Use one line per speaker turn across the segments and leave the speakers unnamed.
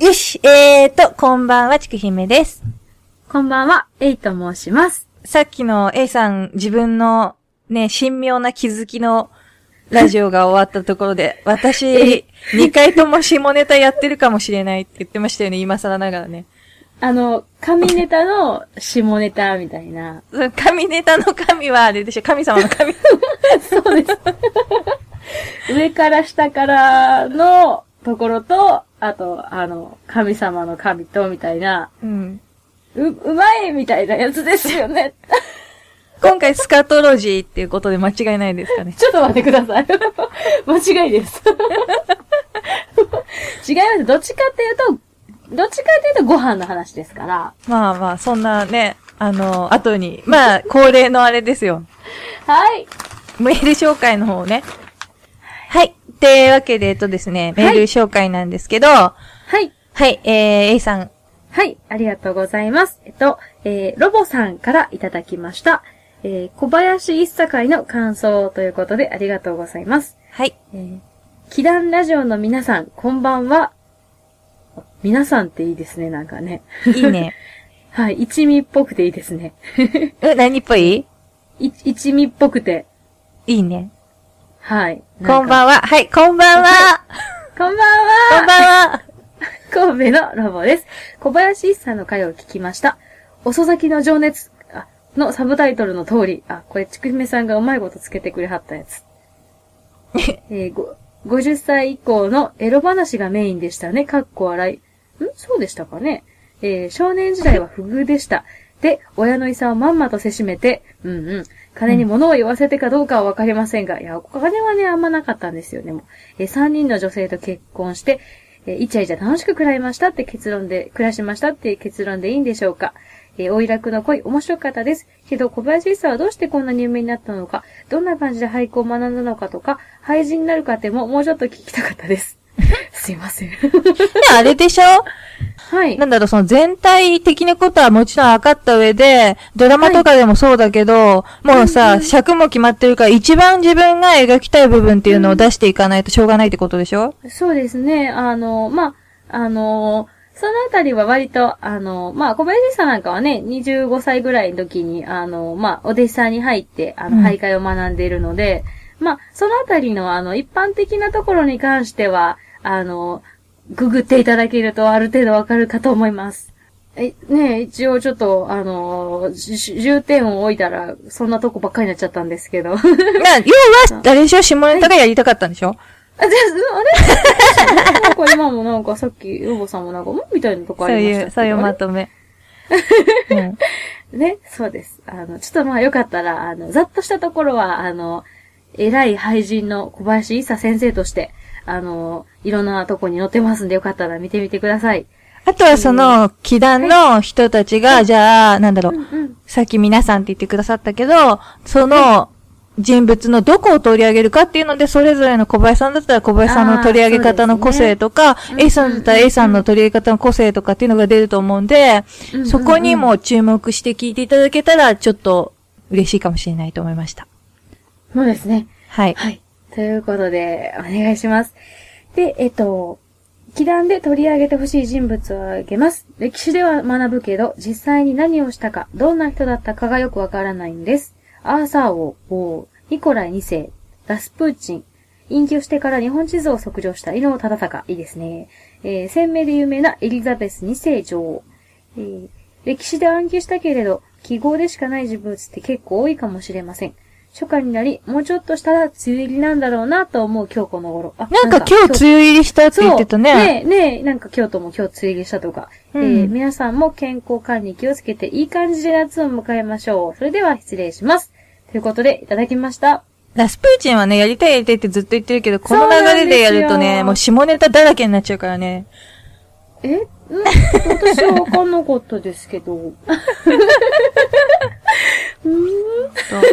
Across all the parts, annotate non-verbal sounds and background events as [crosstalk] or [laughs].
よし、えーと、こんばんは、ちくひめです。
こんばんは、エイと申します。
さっきの A さん、自分のね、神妙な気づきのラジオが終わったところ [laughs] で、私、2回とも下ネタやってるかもしれないって言ってましたよね、今更ながらね。
あの、神ネタの下ネタみたいな。
その神ネタの神はあれでしょ、神様の神。
そうです。上から下からのところと、あと、あの、神様の神と、みたいな、
[laughs] うん。
う、うまいみたいなやつですよね。 [laughs]
今回スカトロジーっていうことで間違いないですかね。
ちょっと待ってください。 [laughs] 間違いです。 [laughs] 違います。どっちかっていうと、どっちかっていうとご飯の話ですから。
まあまあ、そんなね、あの、後に、まあ、恒例のあれですよ。
はい。
メール紹介の方をね。はい。ってわけで、えっとですね、メール紹介なんですけど、は
はい。
い、えー、A さん。
はい、ありがとうございます。えっと、えー、ロボさんからいただきました。えー、小林一茶会の感想ということでありがとうございます。
はい。
えー、祈願ラジオの皆さん、こんばんは。皆さんっていいですね、なんかね。
いい [laughs] ね。
はい、一味っぽくていいですね。
う、何っぽい
い一味っぽくて。
いいね。
はい。
こん
ん。
ばんは。はい、こんばんは。
こ
[laughs]
んばん
こ
は
ん。ばんは。
[laughs] 神戸のロボです。小林一さんの回を聞きました。遅咲きの情熱あのサブタイトルの通り、あ、これ、ちくひめさんがうまいことつけてくれはったや [laughs] つ。えーご50歳以降のエロ話がメインでしたね。かっこ笑い。んそうでしたかね、えー少年時代は不遇でした。で、親の遺産をまんまとせしめて、うんうん。金に物を言わせてかどうかはわかりませんが、いや、お金はね、あんまなかったんですよね、もう。えー、3人の女性と結婚して、えーイチャイチャ楽しく暮らいましたって結論で、暮らしましたっていう結論でいいんでしょうか。えー、おいらくの恋、面白かったです。けど、小林さんはどうしてこんなに有名になったのか、どんな感じで俳句を学んだのかとか、廃人になる過程ももうちょっと聞きたかったです。 [laughs] すいません。 [laughs]
ねあれでしょ
はい
な。んだろう、その全体的なことはもちろん分かった上で、ドラマとかでもそうだけど、もうさ、尺も決まってるから、一番自分が描きたい部分っていうのを出していかないとしょうがないってことでし [laughs] ょ
そうですね。あの、まあ、あの、そのあたりは割と、あの、まあ、小林さんなんかはね、25歳ぐらいの時に、あの、まあ、お弟子さんに入って、あ
うん
の、徘徊を学んでいるので、まあ、そのあたりの、あの、一般的なところに関しては、あの、ググっていただけるとある程度わかるかと思います。え、ねえ一応ちょっと、あの、じじ重点を置いたら、そんなとこばっかりになっちゃったんですけど。
な、要は、あれでしょ下ネタがやりたかったんでしょ、
あ、じゃあ、あれ [laughs] なんか今もなんかさっき、ヨボさんもなんか、うんみたいなとこあ
そう
りまし
い
たけ
う、
ど
そういうまと
[laughs]
め。うん
ね、そうです。あの、ちょっとまあよかったら、あの、ざっとしたところは、あの、偉い俳人の小林一茶先生として、あの、いろんなとこに載ってますんで、よかったら見てみてください。
あとはその、祈願の人たちが、じゃあ、なんだろ
う
う、
んうん。
さっき皆さんって言ってくださったけど、その、人物のどこを取り上げるかっていうので、それぞれの小林さんだったら小林さんの取り上げ方の個性とか、
うですね
A さんだったら A さんの取り上げ方の個性とかっていうのが出ると思うんで、
うんうん
そこにも注目して聞いていただけたら、ちょっと嬉しいかもしれないと思いました。
そうですね。
はい。
はい。ということで、お願いします。で、えっと、祈願で取り上げてほしい人物を挙げます。歴史では学ぶけど、実際に何をしたか、どんな人だったかがよくわからないんです。アーサー王、王、ニコライ2世、ラスプーチン、隠居してから日本地図を測定した伊能忠敬、いいですね。えー、鮮明で有名なエリザベス2世女王、えー歴史で暗記したけれど、記号でしかない人物って結構多いかもしれません。初夏になり、もうちょっとしたら梅雨入りなんだろうなと思う今日この頃。あ
なんか今日梅雨入りしたって言ってたね。
ねえ、ねえ、なんか京都も今日梅雨入りしたとか、
うん
えー皆さんも健康管理気をつけていい感じで夏を迎えましょう。それでは失礼します。ということで、いただきました。
ラスプーチンはね、やりたいやりたいってずっと言ってるけど、この流れでやると
そうなんです
ね、
よ
もう下ネタだらけになっちゃうからね。
えん私はわかんなかったで
[laughs]
すけど。うーん。
と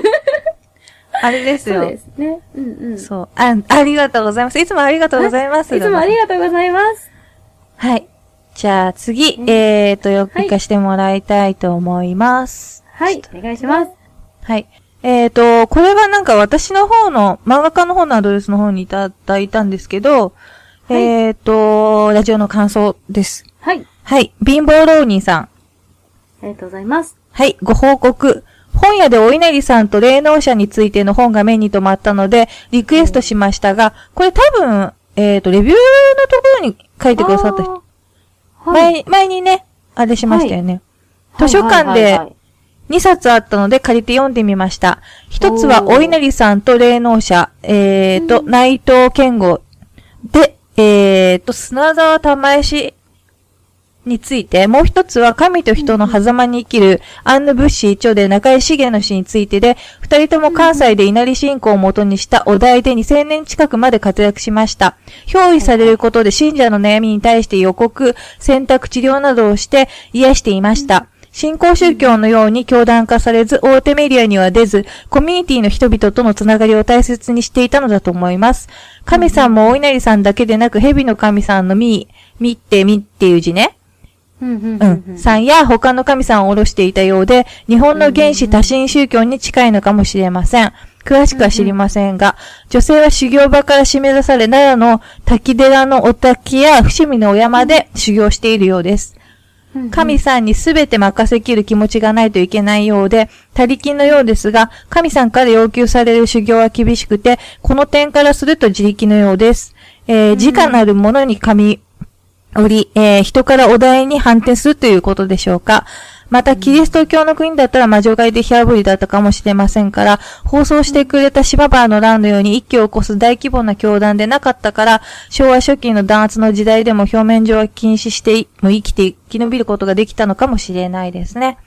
あれです
そう
よ。
ですね。うんうん。
そう。あ、ありがとうございます。いつもありがとうございます。
いつもありがとうございます。
はい。じゃあ次、えーと、よ、
はい
行かしてもらいたいと思います。
はい、お願いします。
はい。えーと、これはなんか私の方の、漫画家の方のアドレスの方にいただいたんですけど、
はい
えっ、と、ラジオの感想です。
はい。
はい。貧乏浪人さん。
ありがとうございます。
はい、ご報告。本屋でお稲荷さんと霊能者についての本が目に留まったので、リクエストしましたが、これ多分、えっ、と、レビューのところに書いてくださった人。
あーはい。
前、前にね、あれしましたよね。
はい
図書館
はいはい
で
はい
2冊あったので借りて読んでみました。1つは、
おー
お稲荷さんと霊能者、えっ、と、
うん
内藤健吾で、えっ、と、砂沢玉江氏について、もう一つは、神と人の狭間に生きる、アンヌ・ブッシー一で中井茂の詩についてで、二人とも関西で稲荷信仰を元にしたお題で2000年近くまで活躍しました。憑依されることで信者の悩みに対して予告、選択治療などをして癒していました。新興宗教のように教団化されず、大手メディアには出ず、コミュニティの人々とのつながりを大切にしていたのだと思います。神さんもお稲荷さんだけでなく、蛇の神さんのみ、みってみっていう字ね。
うんうん
う。
うんん。
さんや他の神さんを下ろしていたようで、日本の原始多神宗教に近いのかもしれません。詳しくは知りませんが、女性は修行場から締め出され、奈良の滝寺のお滝や伏見のお山で修行しているようです。
うん
神さんに全て任せきる気持ちがないといけないようで、他力のようですが、神さんから要求される修行は厳しくて、この点からすると自力のようです。えー、直なるものに神折り、えー人からお題に反転するということでしょうか。また、キリスト教の国だったら魔女狩りで火炙りだったかもしれませんから、放送してくれたシババーの乱のように一挙を起こす大規模な教団でなかったから、昭和初期の弾圧の時代でも表面上は禁止していもう生きて生き延びることができたのかもしれないですね。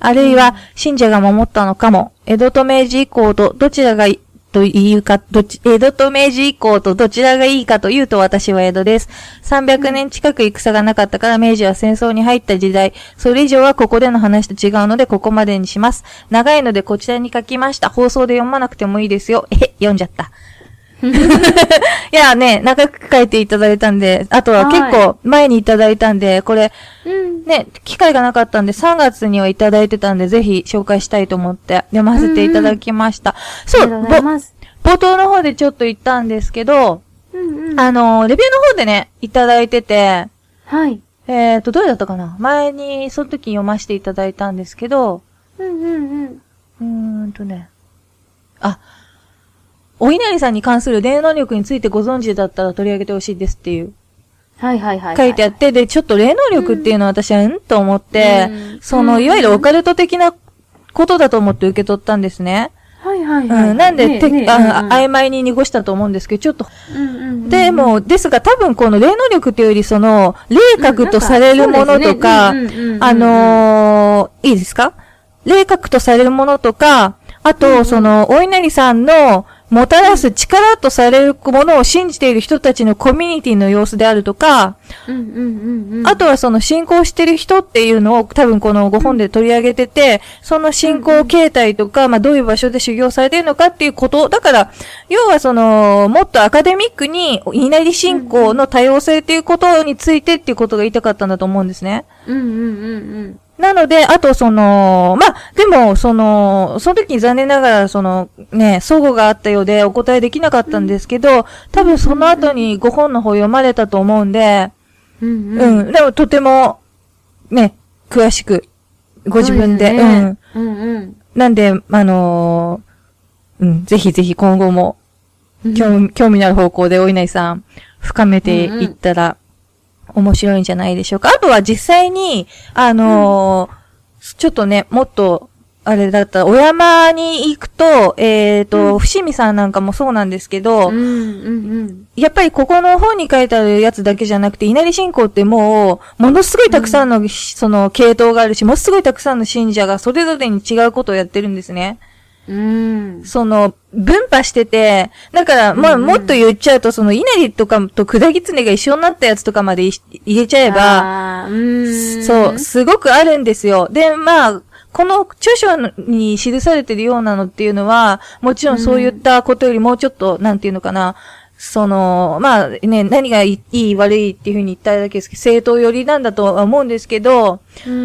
あるいは、信者が守ったのかも。江戸と明治以降と、どちらがいい、というか、どっち、江戸と明治以降とどちらがいいかというと私は江戸です。300年近く戦がなかったから明治は戦争に入った時代。それ以上はここでの話と違うのでここまでにします。長いのでこちらに書きました。放送で読まなくてもいいですよ。えへ、読んじゃった。 [laughs] いやね、長く書いていただいたんで、あとは結構前にいただいたんで、これ、
うん。
ね、機会がなかったんで、3月にはいただいてたんで、ぜひ紹介したいと思って読ませていただきました。
あ
そ
りがとう
う、
ございます。
ぼ冒頭の方でちょっと言ったんですけど、
うんうん。
あの、レビューの方でね、いただいてて、
はい。
えっ、と、どれだったかな前に、その時読ませていただいたんですけど、
うんうんうん。
うーんとね、あ、お稲荷さんに関する霊能力についてご存知だったら取り上げてほしいですっていう
はいはいはいはい。
書いてあって、で、ちょっと霊能力っていうのは私は、うんと思って、
うん
その、
うん
いわゆるオカルト的なことだと思って受け取ったんですね。
はいはいはい。
うん、なんで、
ね
て
ね
あ
うんうん
の曖昧に濁したと思うんですけど、ちょっと、
うんうんうん
で、も、ですが多分この霊能力というより、その、霊覚とされるものとか、
うんなんかそうですねうんうんうんうん
あのーいいですか霊覚とされるものとか、あ
うんう
と、
ん
その、お稲荷さんの、もたらす力とされるものを信じている人たちのコミュニティの様子であるとか、
うんうんうんうん。
あとはその信仰してる人っていうのを多分このご本で取り上げてて、その信仰形態とか、まあどういう場所で修行されてるのかっていうこと、だから、要はその、もっとアカデミックに、稲荷信仰の多様性っていうことについてっていうことが言いたかったんだと思うんですね。
うんうんうんうん。
なので、あとその、まあ、でも、その、その時に残念ながら、その、ね、相互があったようでお答えできなかったんですけど、多分その後にご本の方読まれたと思うんで、
うんうん。
うん。でも、とても、ね、詳しく、ご自分で。
そう
う
すね
ん。
うんうん。
なんで、あのーうん、ぜひぜひ今後も、興味興味のある方向で、お稲荷さん、深めていったら、面白いんじゃないでしょうか。あとは実際に、あのーちょっとね、もっと、あれだったら、お山に行くと、えっ、と、伏見さんなんかもそうなんですけど、
うんうんうん。
やっぱりここの本に書いてあるやつだけじゃなくて、稲荷信仰ってもう、ものすごいたくさんの、その、系統があるし、ものすごいたくさんの信者がそれぞれに違うことをやってるんですね。
うん。
その、分派してて、だから、まあ、
うんうん
もっと言っちゃうと、その、稲荷とかと砕き狐が一緒になったやつとかまでい入れちゃえば、
あー、うん。
そう、すごくあるんですよ。で、まあ、この著書に記されてるようなのっていうのは、もちろんそういったことよりもうちょっと、なんていうのかな、その、まあね、何がいいいい、悪いっていうふうに言っただけですけど、正当寄りなんだとは思うんですけど、
うんうん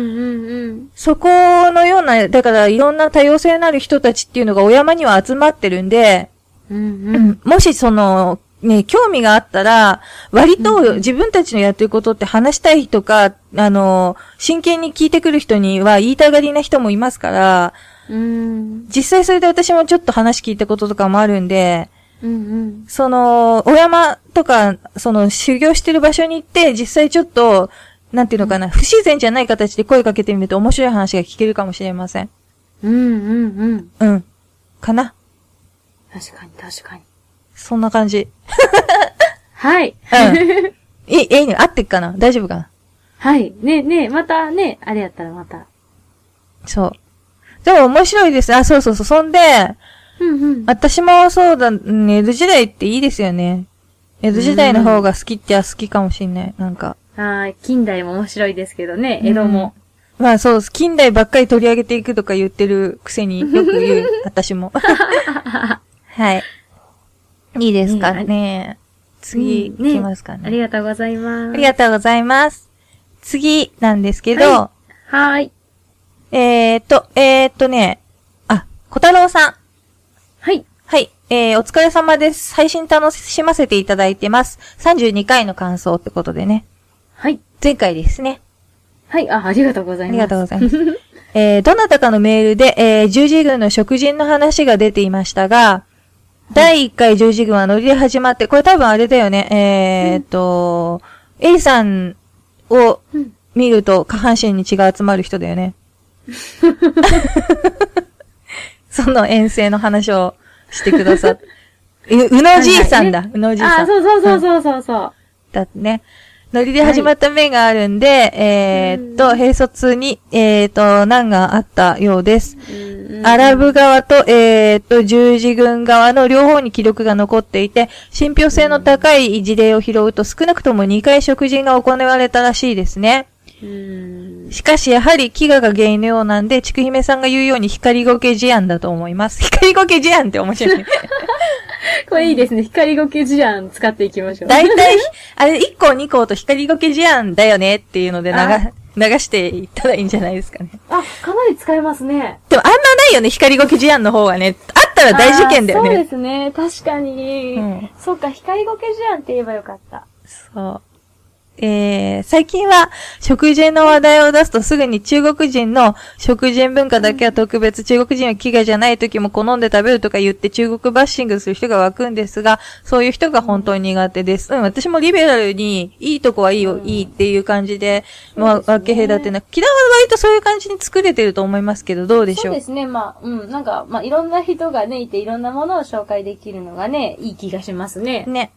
うん。
そこのような、だからいろんな多様性のある人たちっていうのがお山には集まってるんで、
うんう。
うんんもしその、ね、興味があったら、割と自分たちのやってることって話したい人か、あの、真剣に聞いてくる人には言いたがりな人もいますから、
うん。
実際それで私もちょっと話聞いたこととかもあるんで、
うんうん。
その、お山とか、その、修行してる場所に行って、実際ちょっと、なんていうのかな、不自然じゃない形で声かけてみると面白い話が聞けるかもしれません。
うんうんうん。
うん。かな。
確かに確かに。
そんな感じ。
はい。
うん。いい、えいね。合ってっかな大丈夫かな
[laughs] はい。ねえねえ、またね、あれやったらまた。
そう。でも面白いです。あ、そうそうそう。そんで、
うんうん。
私もそうだ、うん江戸時代っていいですよね。江戸時代の方が好きっちゃ好きかもしんない。なんか。
あー近代も面白いですけどね、江戸も。
まあそう、近代ばっかり取り上げていくとか言ってるく
[laughs]
せによく言う、私も。はい。いいですかね。次、
うんね
いきますか
あ
ね。
りがとうございます。
ありがとうございます。次なんですけど
は、はーい。
えーっと、えーっとね、あ、小太郎さん。
はい。
はい。えー、お疲れ様です。配信楽しませていただいてます。32回の感想ってことでね。
はい。
前回ですね。
はい。あ、ありがとうござ
あ
い
り
ます。
がとうございます。えー、どなたかのメールで、えー、十字軍の食人の話が出ていましたが、第1回十字軍はノリで始まって、これ多分あれだよね、えー、っと、エリさんを
うん
見ると下半身に血が集まる人だ
[laughs]
よね。 [laughs] その遠征の話をしてくださっう、うのじいさ [laughs] んだ。うのじいさん。
あー、そうそうそうそうそうそう。
だってね。ノリで始まった面があるんで、えーっと、
うん
閉卒に、えーっと、難があったようです。
うんうん
アラブ側と、えーっと、十字軍側の両方に記録が残っていて、信憑性の高い事例を拾うと少なくとも2回食事が行われたらしいですね。
うん。
しかし、やはり飢餓が原因のようなんで、ちくひめさんが言うように光ゴケ事案だと思います。 [laughs] 光ゴケ事案って面白いね。
これいいですね。光ゴケ事案使っていきま [laughs] しょう。
大体、あれ、1個2個と光ごけ事案だよねっていうので流
あ、
流していったらいいんじゃないですかね。
あ、かなり使えますね。
でもあんまないよね、光ごけ事案の方はね。あったら大事件だよ
あーそうで
ね。
すね。確かに。
うん
そっか、光ゴケ事案って言えばよかった。
そう。えー、最近は食事の話題を出すとすぐに中国人の食人文化だけは特別、中国人は飢餓じゃない時も好んで食べるとか言って中国バッシングする人が湧くんですが、そういう人が本当に苦手です。うん、私もリベラルにいいとこはいいよ、
うん
いいっていう感じで、まあ、
そう
分
ですね
け隔てなく、嫌いは割とそういう感じに作れてると思いますけど、どうでし
そ
ょ
う
う
ですね。まあ、うん。なんか、まあ、いろんな人がね、いていろんなものを紹介できるのがね、いい気がしますね。
ね。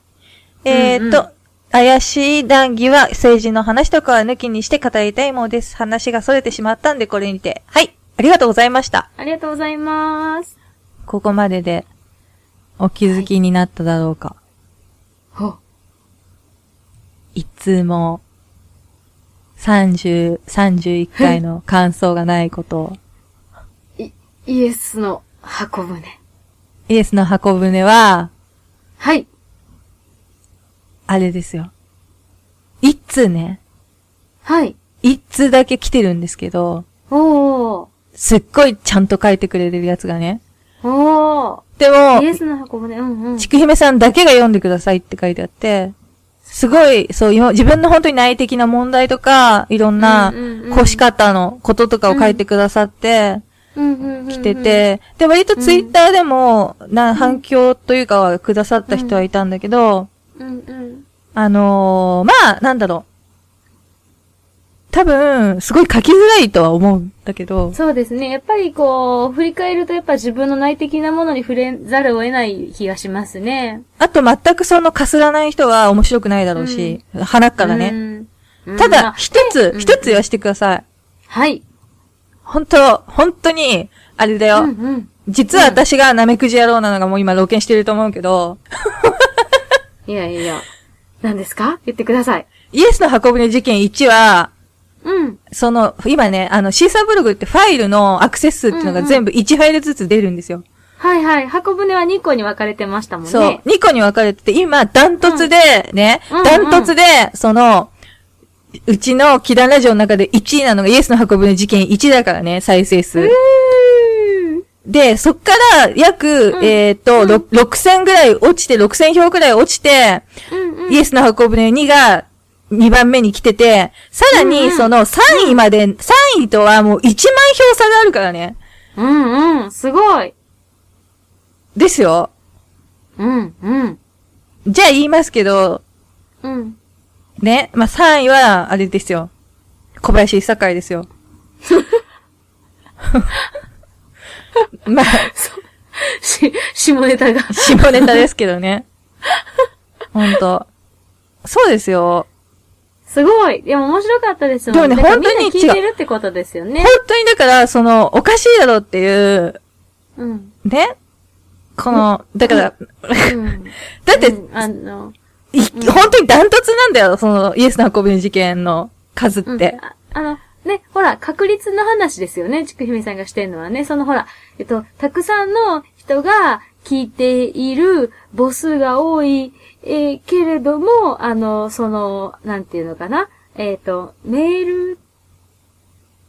うんうん
えーっと、怪しい談義は政治の話とかは抜きにして語りたいものです。話が逸れてしまったんでこれにて。はい。ありがとうございました。
ありがとうございます。
ここまででお気づきになっただろうか。
ほう
い、つも30、31回の感想がないことを。
イエスの箱舟。
イエスの箱舟は、
はい。
あれですよ。一通ね。
はい。
一通だけ来てるんですけど、
おー。
すっごいちゃんと書いてくれてるやつがね。
お
で
ー。
も
イ、エスの箱舟。うんうん。
ちくひめさんだけが読んでくださいって書いてあって、すごい、そう、今自分の本当に内的な問題とか、いろんな
うんうんうん、
こし方のこととかを書いてくださって、
うんうんうんうん
来て。て、で、割とツイッターでも、な、反響というかはくださった人はいたんだけど、
うんうん。
あのーまあ、なんだろう。多分、すごい書きづらいとは思うんだけど、
そうですね。やっぱりこう、振り返るとやっぱ自分の内的なものに触れざるを得ない気がしますね。
あと全くそのかすらない人は面白くないだろうし、腹からね。
うん。
た
うんま
だ、
あ
一つ、
うん
一つ言わせてください。
はい。
本当、本当に、あれだよ。
うんうん。
実は私がナメクジ野郎なのがもう今露見してると思うけど、
いやいやいや。何ですか言ってください。
イエスの箱舟事件1は、
うん。
その、今ね、あの、シーサーブログってファイルのアクセス数っていうのが全部1ファイルずつ出るんですよ。
はいはい。箱舟は2個に分かれてましたもんね。
そう。2個に分かれてて、今、ダントツで、ね、
うんうん
ダントツで、その、うちの祈談ラジオの中で1位なのがイエスの箱舟事件1だからね、再生数。
うーん。
で、そっから約、
うん
えっ、と、ろ6000ぐらい落ちて、6000票ぐらい落ちて、
うんうん。
イエスの箱舟2が2番目に来てて、さら
うんう
に
ん
その3位まで、3位とはもう1万票差があるからね。
うんうん。すごい。
ですよ。
うんうん。
じゃあ言いますけど、
うん。
ね、まあ、3位は、あれですよ。小林酒井ですよ。まあ、
し、 [laughs] 下ネタが。
下ネタですけどね。ほんと。そうですよ。
すごい。でも面白かったですよ
でもね
だから
本当に
みんな聞いてるってことですよね
本。当にだから、その、おかしいだろうっていう、
うん。
ね。この、だから、
[laughs] うん。
だって、
うんあの、
い本当にダントツなんだよ、その、イエスの運びの事件の数っ
うん
て。
ああの、ね、ほら、確率の話ですよね。ちくひめさんがしてるのはね。そのほら、えっと、たくさんの人が聞いている母数が多い、えーけれども、あの、その、なんていうのかな。えっ、と、メール、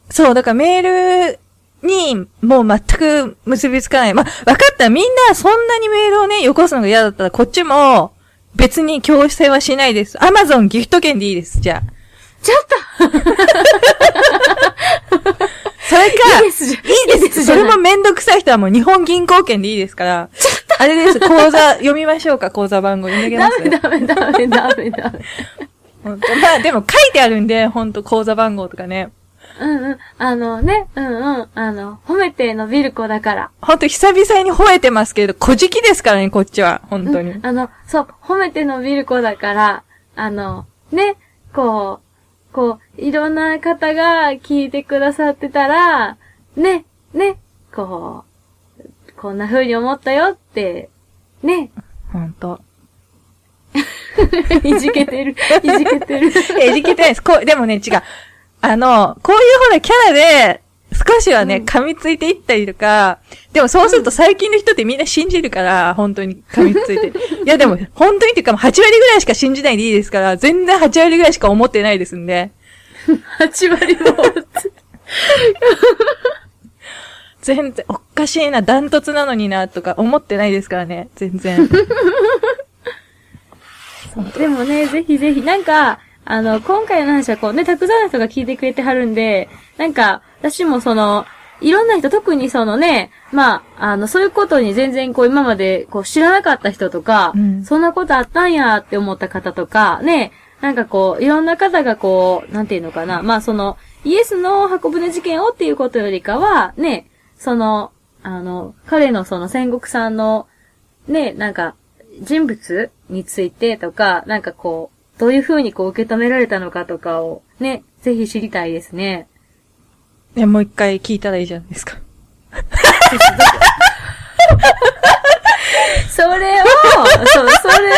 そう、だからメールに、もう全く結びつかない。まあ、分かった。みんなそんなにメールをね、よこすのが嫌だったら、こっちも、別に強制はしないです。アマゾンギフト券でいいです、じゃあ。
ちょっと
それか、
いいですじゃ、
いいです。
じ
そ
ゃな
れ
い
もめんどくさい人はもう日本銀行券でいいですから。あれです。口座読みましょうか、口座番号。読んであ
ダ
げます
メダメダメダメダメ。
ほんとまあでも書いてあるんで、ほんと口座番号とかね。
うんうん。あのね、うんうん。あの、褒めて伸びる子だから。
ほんと久々に吠えてますけど、小じきですからね、こっちは。本当に。
うんあの、そう、褒めて伸びる子だから、あの、ね、こう、こう、いろんな方が聞いてくださってたら、ね、ね、こう、こんな風に思ったよって、ね、 [laughs]
ほんと。
いじけてる、いじけ
[laughs]
てる。
えじけてないです。こう、でもね、違う。あの、こういうほら、キャラで、少しはね、
うん
噛みついていったりとか、でもそうすると最近の人ってみんな信じるから、本当に噛みつい
[laughs]
て。いやでも、本当にっていうか、8割ぐらいしか信じないでいいですから、全然8割ぐらいしか思ってないですんで、
8割も。
全然、おかしいな、ダントツなのにな、とか思ってないですからね、全然。
[laughs] でもね、ぜひぜひ、なんか、あの、今回の話はこうね、たくさんの人が聞いてくれてはるんで、なんか、私もその、いろんな人、特にそのね、まあ、あの、そういうことに全然こう今までこう知らなかった人とか、
うん
そんなことあったんやって思った方とか、ね、なんかこう、いろんな方がこう、なんていうのかな、まあその、イエスの箱舟事件をっていうことよりかは、ね、その、あの、彼のその戦国さんの、ね、なんか、人物についてとか、なんかこう、どういう風にこう受け止められたのかとかを、ね、ぜひ知りたいですね。
ね、もう一回聞いたらいいじゃないですか。
それを、 [laughs] そう、それをね、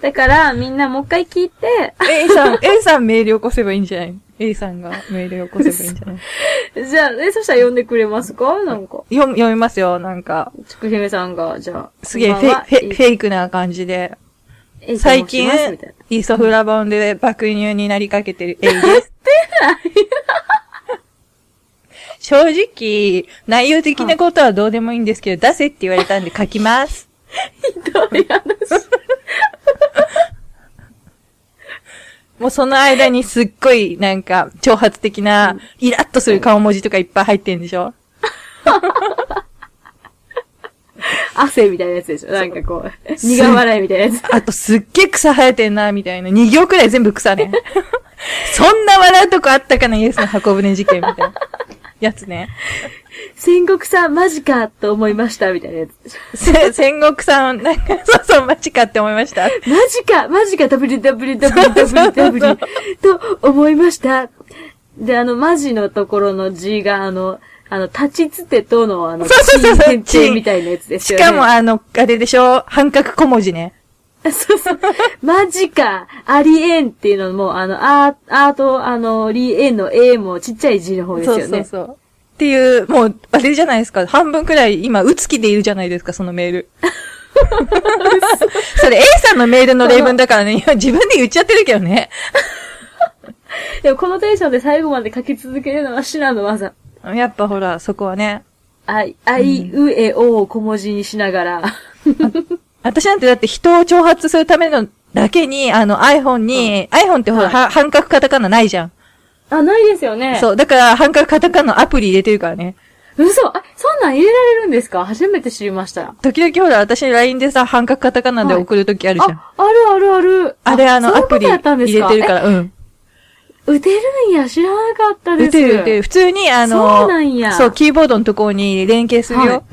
だからみんなもう一回聞いて、
A さん、A [laughs] さんメールよこせばいいんじゃない ?A さんがメールよこせばいいんじゃない
じゃあ、え、そしたら呼んでくれますかなんか、
読み読みますよ、なんか。
ちくひめさんが、じゃあ、
すげえ
こ
フ
んばん
ェ
は
イフェイフェイクな感じで。
えい
最近
えいちゃんもしますみたいな、
イソフラボンで爆乳になりかけてる A です。正直、内容的なことはどうでもいいんですけど、出せって言われたんで書きます。
ひどい話。
[laughs] もうその間にすっごい、なんか、挑発的な、イラッとする顔文字とかいっぱい入ってんでしょ
汗みたいなやつでしょなんかこう、
そう
苦笑いみたいなやつ。
あとすっげえ草生えてんな、みたいな。2行くらい全部草
[laughs]
ね。そんな笑うとこあったかな、イエスの箱舟事件みたいな。やつね。
戦国さん、マジかと思いました、みたいなやつ。
せ戦国さん、なんか、 [laughs] そうそう、マジかって思いました。
マジか、マジか、www.www
[laughs]
と思いました。で、あの、マジのところの G が、あの、あの、立ちつてとの、あの、
そうそうそうそう
地位限定みたいなやつです
し
よね。
かも、あの、あれでしょ半角小文字ね。
そうそう。マジか、ありえんっていうのも、あの、あ、あと、あの、りえんの A もちっちゃい G の方ですよ
そ
ね。
うそうそう。っていう、もう、あれじゃないですか。半分くらい、今、打つ気でいるじゃないですか、そのメール。 [laughs] それ、A さんのメールの例文だからね、 [laughs] 今自分で言っちゃってるけどね。
でも、このテンションで最後まで書き続けるのは至難の技。
やっぱほら、そこはね、
あい、あいうえおを小文字にしながら。
私なんてだって人を挑発するためのだけに、あの iPhone に、iPhone ってほら、
は
は半角カタカナないじゃん。
あ、ないですよね。
そう。だから、半角カタカナのアプリ入れてるからね。
嘘あ、そんなん入れられるんですか初めて知りました。
時々ほら、私 LINE でさ、半角カタカナで送るときあるじゃん。
あ、あるあるある。
あれ、あの、
そう
ア
いうこ
プ
と
リ
やったんで
入
す
れ
か
てるから、うん。
え打てるんや、知らなかったで
打
す。
てる打てる。普通に、あの、
そうなんや
そうキーボードのところに連携するよ。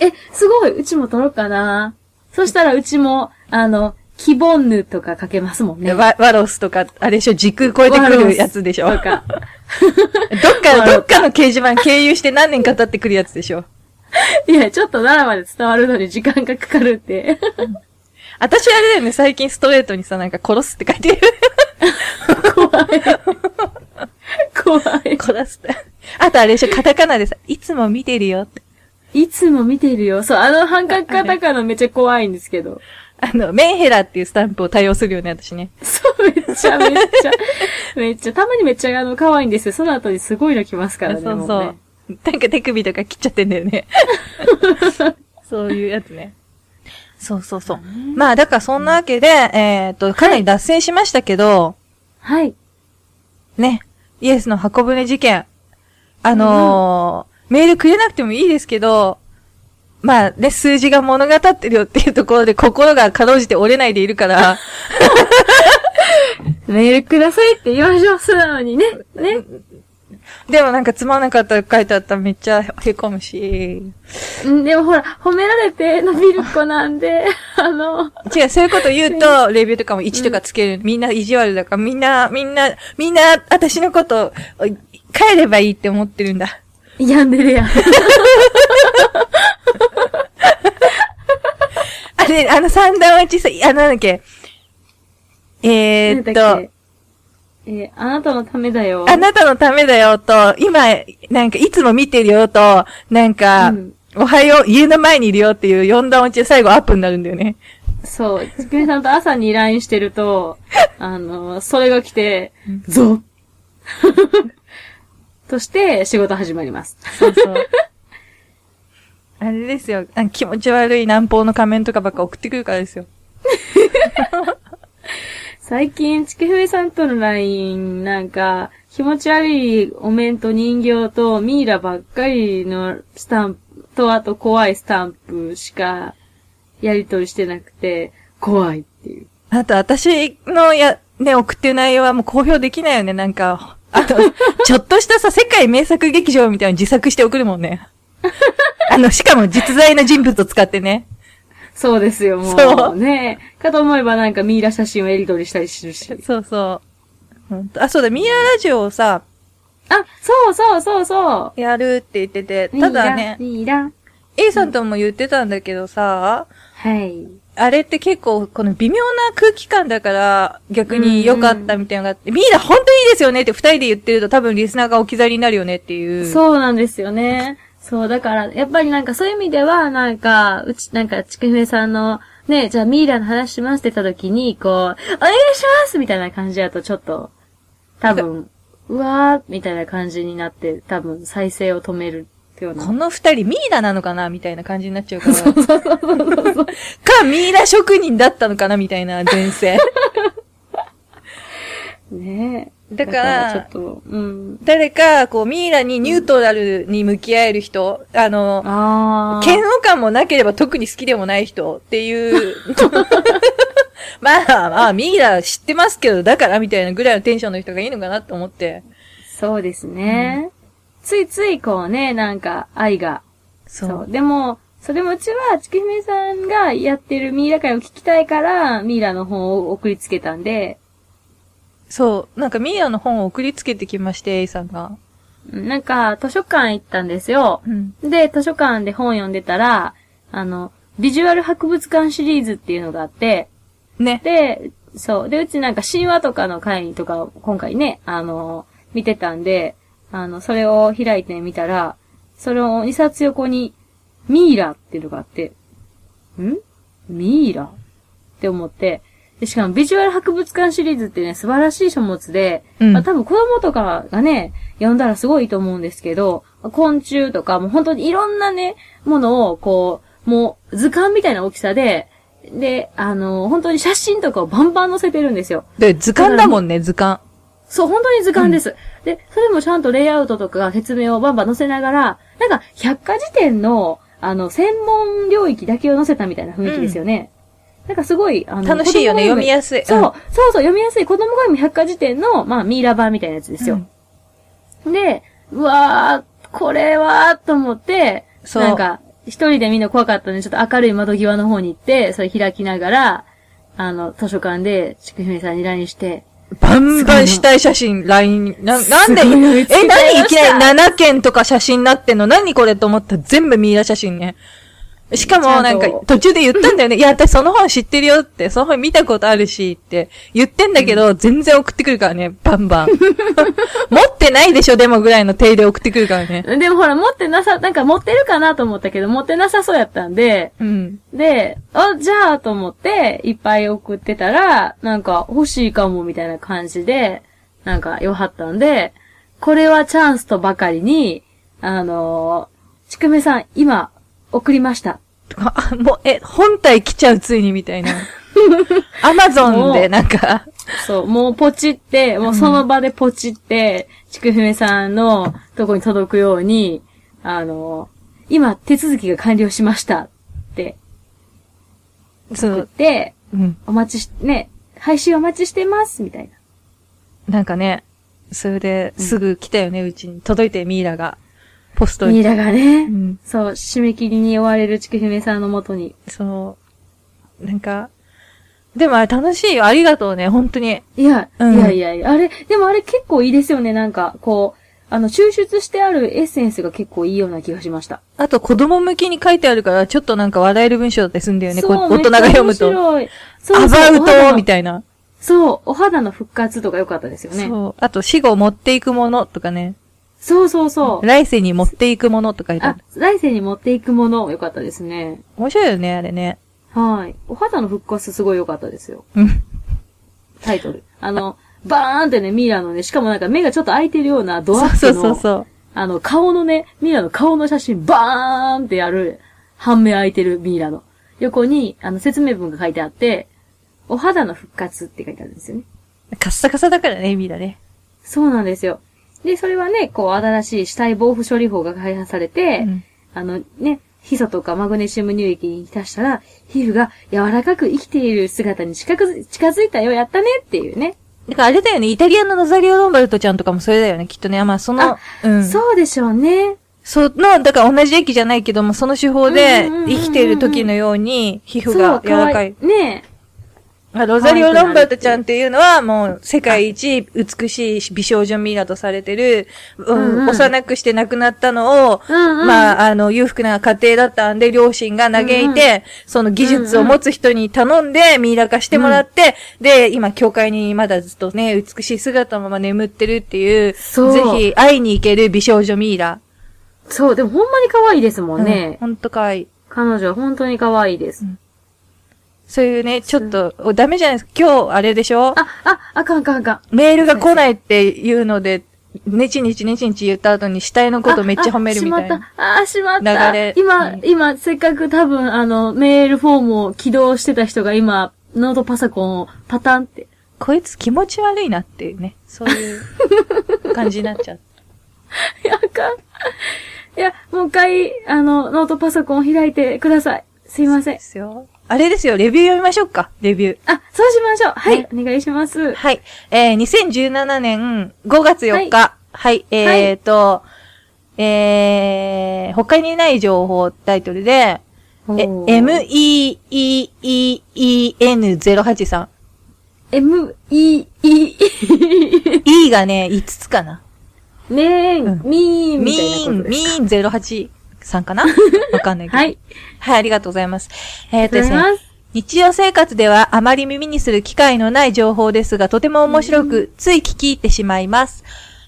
え、すごい、うちも取ろうかな。そしたらうちも、あの、キボンヌとか書けますもんね。
ワワロスとか、あれでしょ、時空超えてくるやつでしょ。ど
と
っか
か。、ワロ
[laughs]
ス
どっかの掲示板経由して何年か経ってくるやつでしょ。
いや、ちょっと奈良まで伝わるのに時間がかか
[laughs]
るって。
私あれだよね、最近ストレートにさ、なんか殺すって書いてる。
怖い。怖い。
殺すって。あとあれでしょ、カタカナでさ、いつも見てるよって。
いつも見てるよ。そう、あの半角カタカナめっちゃ怖いんですけど。
あの、メンヘラっていうスタンプを対応するよね、私ね。
[laughs] そう、めっちゃめっちゃ、めっちゃ、たまにめっちゃあの、可愛いんですよ。その後にすごいの来ますからね。
そう
も
そうう
ね。
なんか手首とか切っちゃってんだよ [laughs] ね。そういうやつね。そうそうそう。まあ、だからそんなわけで、えっ、と、かなり脱線しましたけど、
はい。
ね、イエスの箱舟事件。あのーメールくれなくてもいいですけど、まあね、数字が物語ってるよっていうところで心がかろうじて折れないでいるから、
メールくださいって言われましたのにね。ね。
でもなんかつまんなかったら書いてあったらめっちゃへこむし。
うん、でもほら、褒められて伸びる子なんで、 [laughs] あの、
違う、そういうこと言う
[laughs]
と、レビューとかも1とかつける。みんな意地悪だから、みんな、みんな、みんな、私のこと、おい帰ればいいって思ってるんだ。
病んでるやん。
あれ、あの三段落ちさ、あの、なんだっけ。えー、っ
なんだ
と
け、えーあなたのためだよ。
あなたのためだよと、今、なんか、いつも見てるよと、なんか、
うん
おはよう、家の前にいるよっていう四段落ちで最後アップになるんだよね。
そう。つくねさんと朝に LINE してる
[laughs]
と、あの、それが来て、ゾッ [laughs] として、仕事始まります。
そうそう。あれですよ。あ気持ち悪い南方の仮面とかばっか送ってくるからですよ。
最近、ちけふえさんとの LINE、なんか、気持ち悪いお面と人形とミイラばっかりのスタンプと、あと怖いスタンプしか、やりとりしてなくて、怖いっていう。
あと、私のや、ね、送ってる内容はもう公表できないよね、なんか。あと、 [laughs] ちょっとしたさ、世界名作劇場みたいなの自作して送るもんね。あの、しかも実在の人物を使ってね。
そうですよ、もう。
そう
ねえ。かと思えばなんかミイラ写真をやりとりしたりするし。
そうそう。ほんとあ、そうだ、ミーアラジオをさ、
あ、そうそうそうそ
やるって言ってて、
う。
ただね、
ミイラ。ミイラ
A さんとも言ってたんだけどさ、
はい。
あれって結構、この微妙な空気感だから、逆に良かったみたいなのがあって、ミーラ本当にいいですよねって二人で言ってると多分リスナーが置き去りになるよねっていう。
そうなんですよね。そう、だから、やっぱりなんかそういう意味では、なんか、うち、なんか、ちくひめさんの、ね、じゃあミイラの話しますって言った時に、こう、お願いしますみたいな感じだとちょっと、多 [laughs] 分、うわー、みたいな感じになって、多分、再生を止めるっていうよう
こ
な。
の二人ミイラなのかなみたいな感じになっちゃうから。か、ミイラ職人だったのかなみたいな前
[laughs]
世。
ね
だから
だからちょっと、うん。
誰か、こう、ミイラにニュートラルに向き合える人、あの、
あー。
嫌悪感もなければ特に好きでもない人っていう。 [laughs] まあまあ、ミイラ知ってますけど、だからみたいなぐらいのテンションの人がいいのかなと思って。
そうですね。ついついこうね、なんか、愛が
そ
そう。。でも、それもうちは、ちくひめさんがやってるミイラ会を聞きたいから、ミイラの本を送りつけたんで、
そう。なんかミイラの本を送りつけてきまして、A さんが。
なんか、図書館行ったんですよ。
うん。
で、図書館で本読んでたら、あの、ビジュアル博物館シリーズっていうのがあって、
ね。
で、そう。で、うちなんか神話とかの会とか、今回ね、あの、見てたんで、あの、それを開いてみたら、それを2冊横に、ミイラっていうのがあって、んミイラって思って、でしかもビジュアル博物館シリーズってね、素晴らしい書物で、
うん
まあ多分子供とかがね、読んだらすごいいいと思うんですけど、昆虫とか、もう本当にいろんなね、ものを、こう、もう図鑑みたいな大きさで、で、あの、本当に写真とかをバンバン載せてるんですよ。
で、図鑑だもんね、図鑑。
そう、本当に図鑑です。で、それもちゃんとレイアウトとか説明をバンバン載せながら、なんか、百科事典の、あの、専門領域だけを載せたみたいな雰囲気ですよね。なんかすごい、あの、
楽しいよね、
子供
読
が
みやすい。
そう、
ん
そうそう、読みやすい。子供が読む百科事典の、まあ、ミイラ版みたいなやつですよ。で、うわー、これはー、と思って、
そう
なんか、一人でみんな怖かったんで、ちょっと明るい窓際の方に行って、それ開きながら、あの、図書館で、ちくひめさんに LINE して、
バンバン死体写真、LINE、な、なんで、
すごいの見つけちゃ
え、
いました
何いきなり7件とか写真になってんの何これと思ったら全部ミイラ写真ね。しかも、なんか
ちゃんと、
途中で言ったんだよね。いや、私その本知ってるよって、その本見たことあるしって言ってんだけど、全然送ってくるからね、バン [laughs] バン。持ってないでしょ、でもぐらいの手入れ送ってくるからね。
でもほら、持ってなさ、なんか持ってるかなと思ったけど、持ってなさそうやったんで、
うん。
で、あ、じゃあと思って、いっぱい送ってたら、なんか欲しいかもみたいな感じで、なんかよはったんで、これはチャンスとばかりに、あのー、ちくめさん、今、送りました。
あもう、え、本体来ちゃう、ついに、みたい
[laughs]
な。アマゾンで、なんか、
そう、もうポチって、もうその場でポチって、ちくふめさんのとこに届くように、あの、今手続きが完了しましたって
そ
言っ
の、
て、
うん。
お待ちし、ね、配信お待ちしてます、みたいな。
なんかね、それで、すぐ来たよね、うちに。届いて、ミイラが。ポストに。
ミイラがね、
うん
そう、締め切りに追われるちくふめさんのもとに。
その、なんか、でもあれ楽しいよ。ありがとうね、本当に。
いや、
うん
いやいやいや、あれ、でもあれ結構いいですよね、なんか、こう、あの、抽出してあるエッセンスが結構いいような気がしました。
あと、子供向きに書いてあるから、ちょっとなんか笑える文章だって済んだよね。こう
そう
大人が読む。
めっち
と。
ゃ面白いそう
ア
そう
バ
お肌
ウト
の
みたいな。
そう、お肌の復活とか良かったですよね。
そう。あと、死後持っていくものとかね。
そうそうそう。
来世に持っていくものとか書いてあ
あ
る。、
来世に持っていくもの良かったですね。
面白いよね、あれね。
はい。お肌の復活すごい良かったですよ。
うん。
タイトル。あの、バーンってね、ミイラのね、しかもなんか目がちょっと開いてるようなド
そ
ア
う
ッ
そ
プ
うそう
の、
そう。
あの、顔のね、ミイラの顔の写真、バーンってやる、半目開いてるミイラの。横に、あの、説明文が書いてあって、お肌の復活って書いてあるんですよね。
カッサカサだからね、ミイラね。
そうなんですよ。で、それはね、こう、新しい死体防腐処理法が開発されて、
うん
あのね、ヒ素とかマグネシウム乳液に浸したら、皮膚が柔らかく生きている姿に近く、近づいたよ、やったねっていうね。
だからあれだよね、イタリアのナザリオ・ロンバルトちゃんとかもそれだよね、きっとね。あまあ、その
あ、
うん。
そうでしょうね。
その、だから同じ駅じゃないけども、その手法で
うんうんうんうん
生きている時のように皮膚が柔らかい。
そう。わね
あロザリオ・ロンバルトちゃんっていうのはもう世界一美しい美少女ミイラとされてる、うん
うんうん
幼くして亡くなったのを、
うんうん
まあ、あの、裕福な家庭だったんで、両親が嘆いて、
うんうん
その技術を持つ人に頼んでミイラ化してもらって、で、今、教会にまだずっとね、美しい姿のまま眠ってるっていう、
そう
ぜひ会いに行ける美少女ミイラ。
そう、でもほんまに可愛いですもん
うん
ね。
ほんとかわいい。
彼女は本当に可愛いです。
そういうね、ちょっと、おダメじゃないですか。今日、あれでしょ
あ、あ、あかんあかんあかん。
メールが来ないっていうので、ねちねちねちねち言った後に死体のことめっちゃ褒めるみたいな。
あ。あしまった。あーしまった。
流れ
今、
うん
今、せっかく多分、あの、メールフォームを起動してた人が今、ノートパソコンをパタンって。
こいつ気持ち悪いなっていうね。そういう感じになっちゃう。
いや、あかん。いや、もう一回、あの、ノートパソコンを開いてください。すいません
で。すよ。あれですよ、レビュー読みましょうか。レビュー。
あ、そうしましょう。はい、
ね
お願いします。
はい。えー、2017年5月4日。はい。えーと、えー、他にない情報タイトルで、え、
おー
m-e-e-e-n083
[laughs]
さん。
M, E, E, [laughs]
E がね、5つかな。
ねえ、
うん
みーみ
ミ
たいな
ー
こ
ン、
とで
ミ
すか。
ーン08さんか
[laughs]
なわかんないけど。
はい。。
はい、ありがとうございます。え
あ
ー、っとですね
りがとうござい。ます。
日常生活ではあまり耳にする機会のない情報ですが、とても面白く、つい聞き入ってしまいます。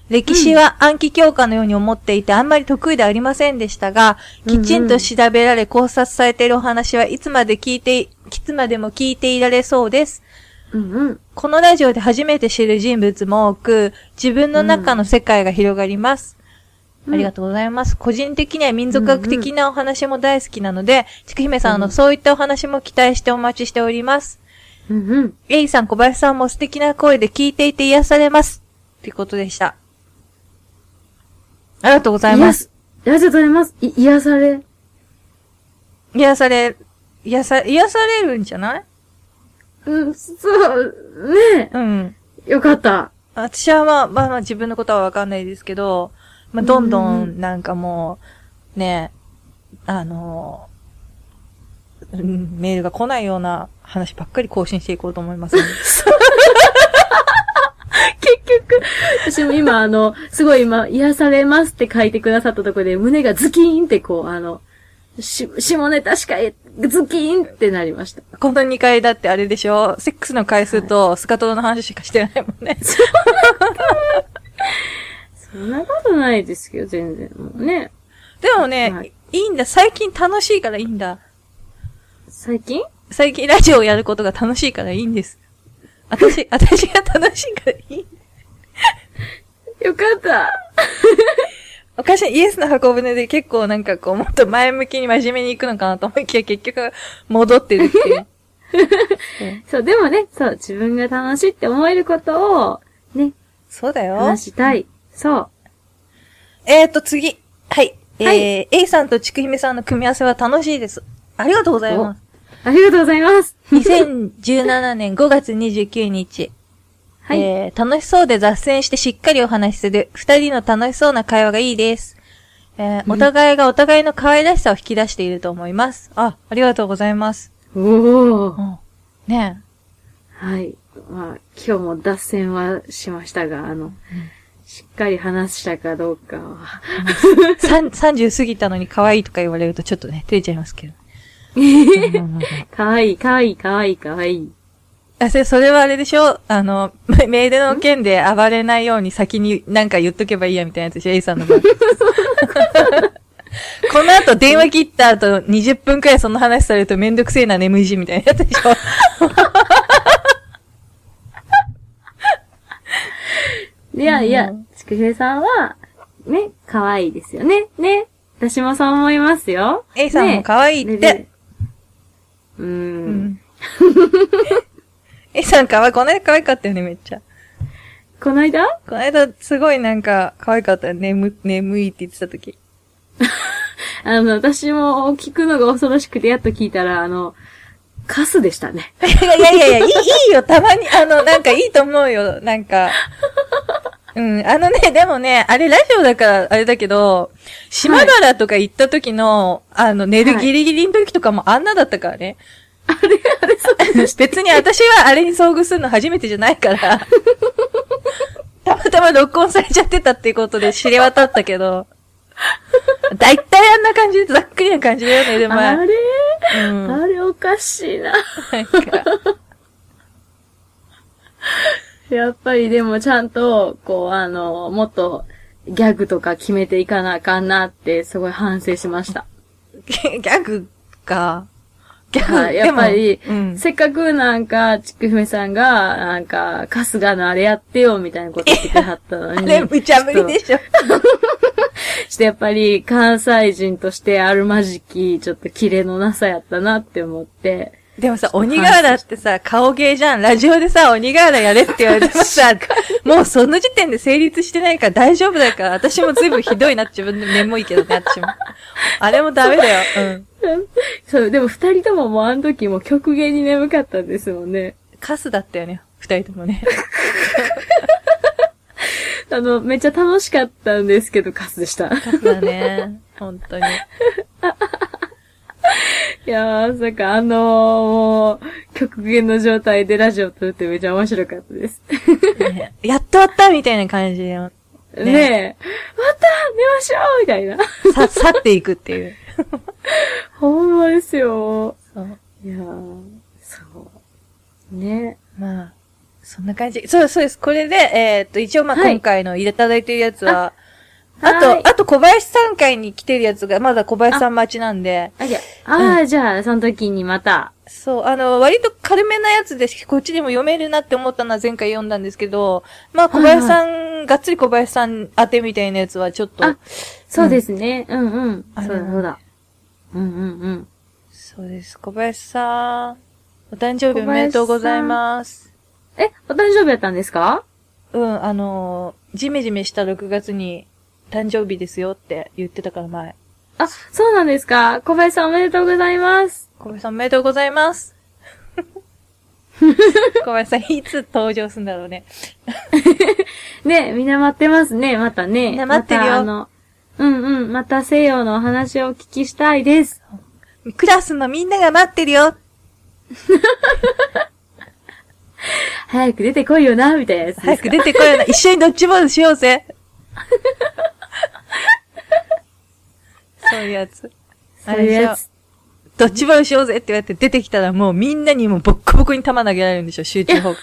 歴史は暗記教科のように思っていて、あんまり得意ではありませんでしたが、きちんと調べられ考察されているお話はいつまで聞いて、いつまでも聞いていられそうです。
うんうん。
このラジオで初めて知る人物も多く、自分の中の世界が広がります。ありがとうございます。個人的には民族学的なお話も大好きなので、ちくひめさんあの、
うん
そういったお話も期待してお待ちしております。
うん。うんうん。
レイさん、小林さんも素敵な声で聞いていて癒されます。っていうことでした。ありがとうございます。
癒や。ありがとうございます。い、癒され。
癒され、癒さ、癒されるんじゃない
うん、そう、ね
うん。
え。よかった。
私はまあ、まあまあ自分のことはわかんないですけど、まあどんどんなんかもう、ね、あの、うんメールが来ないような話ばっかり更新していこうと思い [laughs] ますので。
結局、 [laughs] 私も今、あの、すごい今、癒されますって書いてくださったところで、胸がズキーンってこう、あの、し、下ネタしかえ、ズキーンってなりました。
この2回だってあれでしょセックスの回数とスカトロの話しかしてないも [laughs] んね。
そんなことないですよ、全然。もうね。
でもね、
はい
い、いんだ。最近楽しいからいいんだ。
最近
最近ラジオをやることが楽しいからいいんです。私、私が楽しいからいい。
よかった。
おかしい、イエスの箱舟で結構なんかこう、もっと前向きに真面目に行くのかなと思いきや結局戻ってるって
[laughs]
いう。
そう、でもね、そう、自分が楽しいって思えることを、ね、
そうだよ。
話したい。そう。
えーと、次。はい。
はい
えー、A さんとちくひめさんの組み合わせは楽しいです。ありがとうございます。
ありがとうございます。
2017年5月29日。
はい。
えー楽しそうで雑誌してしっかりお話しする、二人の楽しそうな会話がいいです。えー
うん
お互いがお互いの可愛らしさを引き出していると思います。あ、ありがとうございます。
お
う
ー。
ん。ねえ。
はい。まあ、今日も脱線はしましたが、あの、しっかり話したかどうかは。
さん30過ぎたのに可愛いとか言われるとちょっとね、照れちゃいますけど。うんうんうん
かわいい、かわいい、かわいい、かわいい。
あそれ、それはあれでしょあの、メメールの件で暴れないように先になんか言っとけばいいやみたいなやつでしょ ?A さんの場合。この後電話切った後20分くらいその話されるとめんどくせえな眠いしみたいなやつでしょ
いやいや
うん、
ちくひめさんは、ね、かわいいですよね。ね。私もそう思いますよ。
?A さんも可愛いって。
ね。うー。
うんん、A さん可愛い、この間可愛かったよね、めっちゃ。
この間
この間すごいなんか可愛かったよ。眠、眠いって言ってた時。
あの、私も聞くのが恐ろしくて、やっと聞いたら、あの、カスでしたね。
いやいやいやいや、いいいいよ、たまに、あの、なんかいいと思うよ、なんか。うん、あのね、でもね、あれラジオだから、あれだけど、島原とか行った時の、あの、寝るギリギリの時とかもあんなだったからね。あれ、あれ、別に私はあれに遭遇するの初めてじゃないから。たまたま録音されちゃってたっていうことで知れ渡ったけど。だいたいあんな感じで、ざっくりな感じだよ [laughs] ね、でも。
あれ、
うん
あれおかしいな。
なんか
やっぱりでもちゃんと、こう、あの、もっと、ギャグとか決めていかなあかんなって、すごい反省しました。
ギギャグか。ギャグ、
はいやっぱり
でもうん、
せっかくなんか、ちくひめさんが、なんか、春日のあれやってよ、みたいなこと言ってくれはったの
[laughs] あ
に。
れ、無茶ぶりでしょ。
してやっぱり関西人としてあるまじき、ちょっとキレのなさやったなって思って。
[laughs]
[laughs]
でもさ、鬼瓦ってさ、顔芸じゃん。ラジオでさ、鬼瓦やれって言われてもさ、 [laughs] もうその時点で成立してないから大丈夫だから、私もずいぶんひどいな、自分で眠いけどね、私 [laughs] も。あれもダメだよ。うん。
そう、でも二人とももうあの時もう極限に眠かったんですもんね。
カスだったよね、二人ともね。
あの、めっちゃ楽しかったんですけど、カスでした。
カスだね。 [laughs] 本当に。
いやー、まさかあのー、もう、極限の状態でラジオ撮るってめっちゃ面白かったです。
ね [laughs] やっと終わったみたいな感じで、
ねえ、ねまた寝ましょうみたいな。
さ、
[laughs]
去っていくっていう。
ほんまですよ。
そう
いやー、そう。ね
まあ、そんな感じ。そうそうです。これで、えーっと、一応まあ
はい
今回のいただいてるやつは、あ
はーい
と、あと小林さん会に来てるやつが、まだ小林さん待ちなんで、
あ、いや、ああ、じゃあ、その時にまた。
そう、あの、割と軽めなやつで、こっちでも読めるなって思ったのは前回読んだんですけど、まあ小林さん、がっつり小林さん当てみたいなやつはちょっと、
あそうですね。うんうん。
あれ
そうだ、そうだ。うんうんうん。
そうです。小林さん、お誕生日おめでとうございます。
え、お誕生日やったんですか
うん、あの、ジメジメした6月に誕生日ですよって言ってたから前。
あ、そうなんですか。小林さんおめでとうございます。
小林さんおめでとうござい
[laughs]
ます。小林さん、いつ登場するんだろうね。
ね、みんな待ってますね、またね。
みんな待ってるよ
またあの、うんうん、また西洋のお話をお聞きしたいです。
クラスのみんなが待ってるよ。
早く出てこいよな、みたいなやつですか。
早く出てこいよな。一緒にドッジボールしよう
[laughs]
ぜ。そういうやつ。
そういうやつ。
ドッジボールしようぜって言われて出てきたらもうみんなにもうボッコボコに球投げられるんでしょ、集
[laughs]
中砲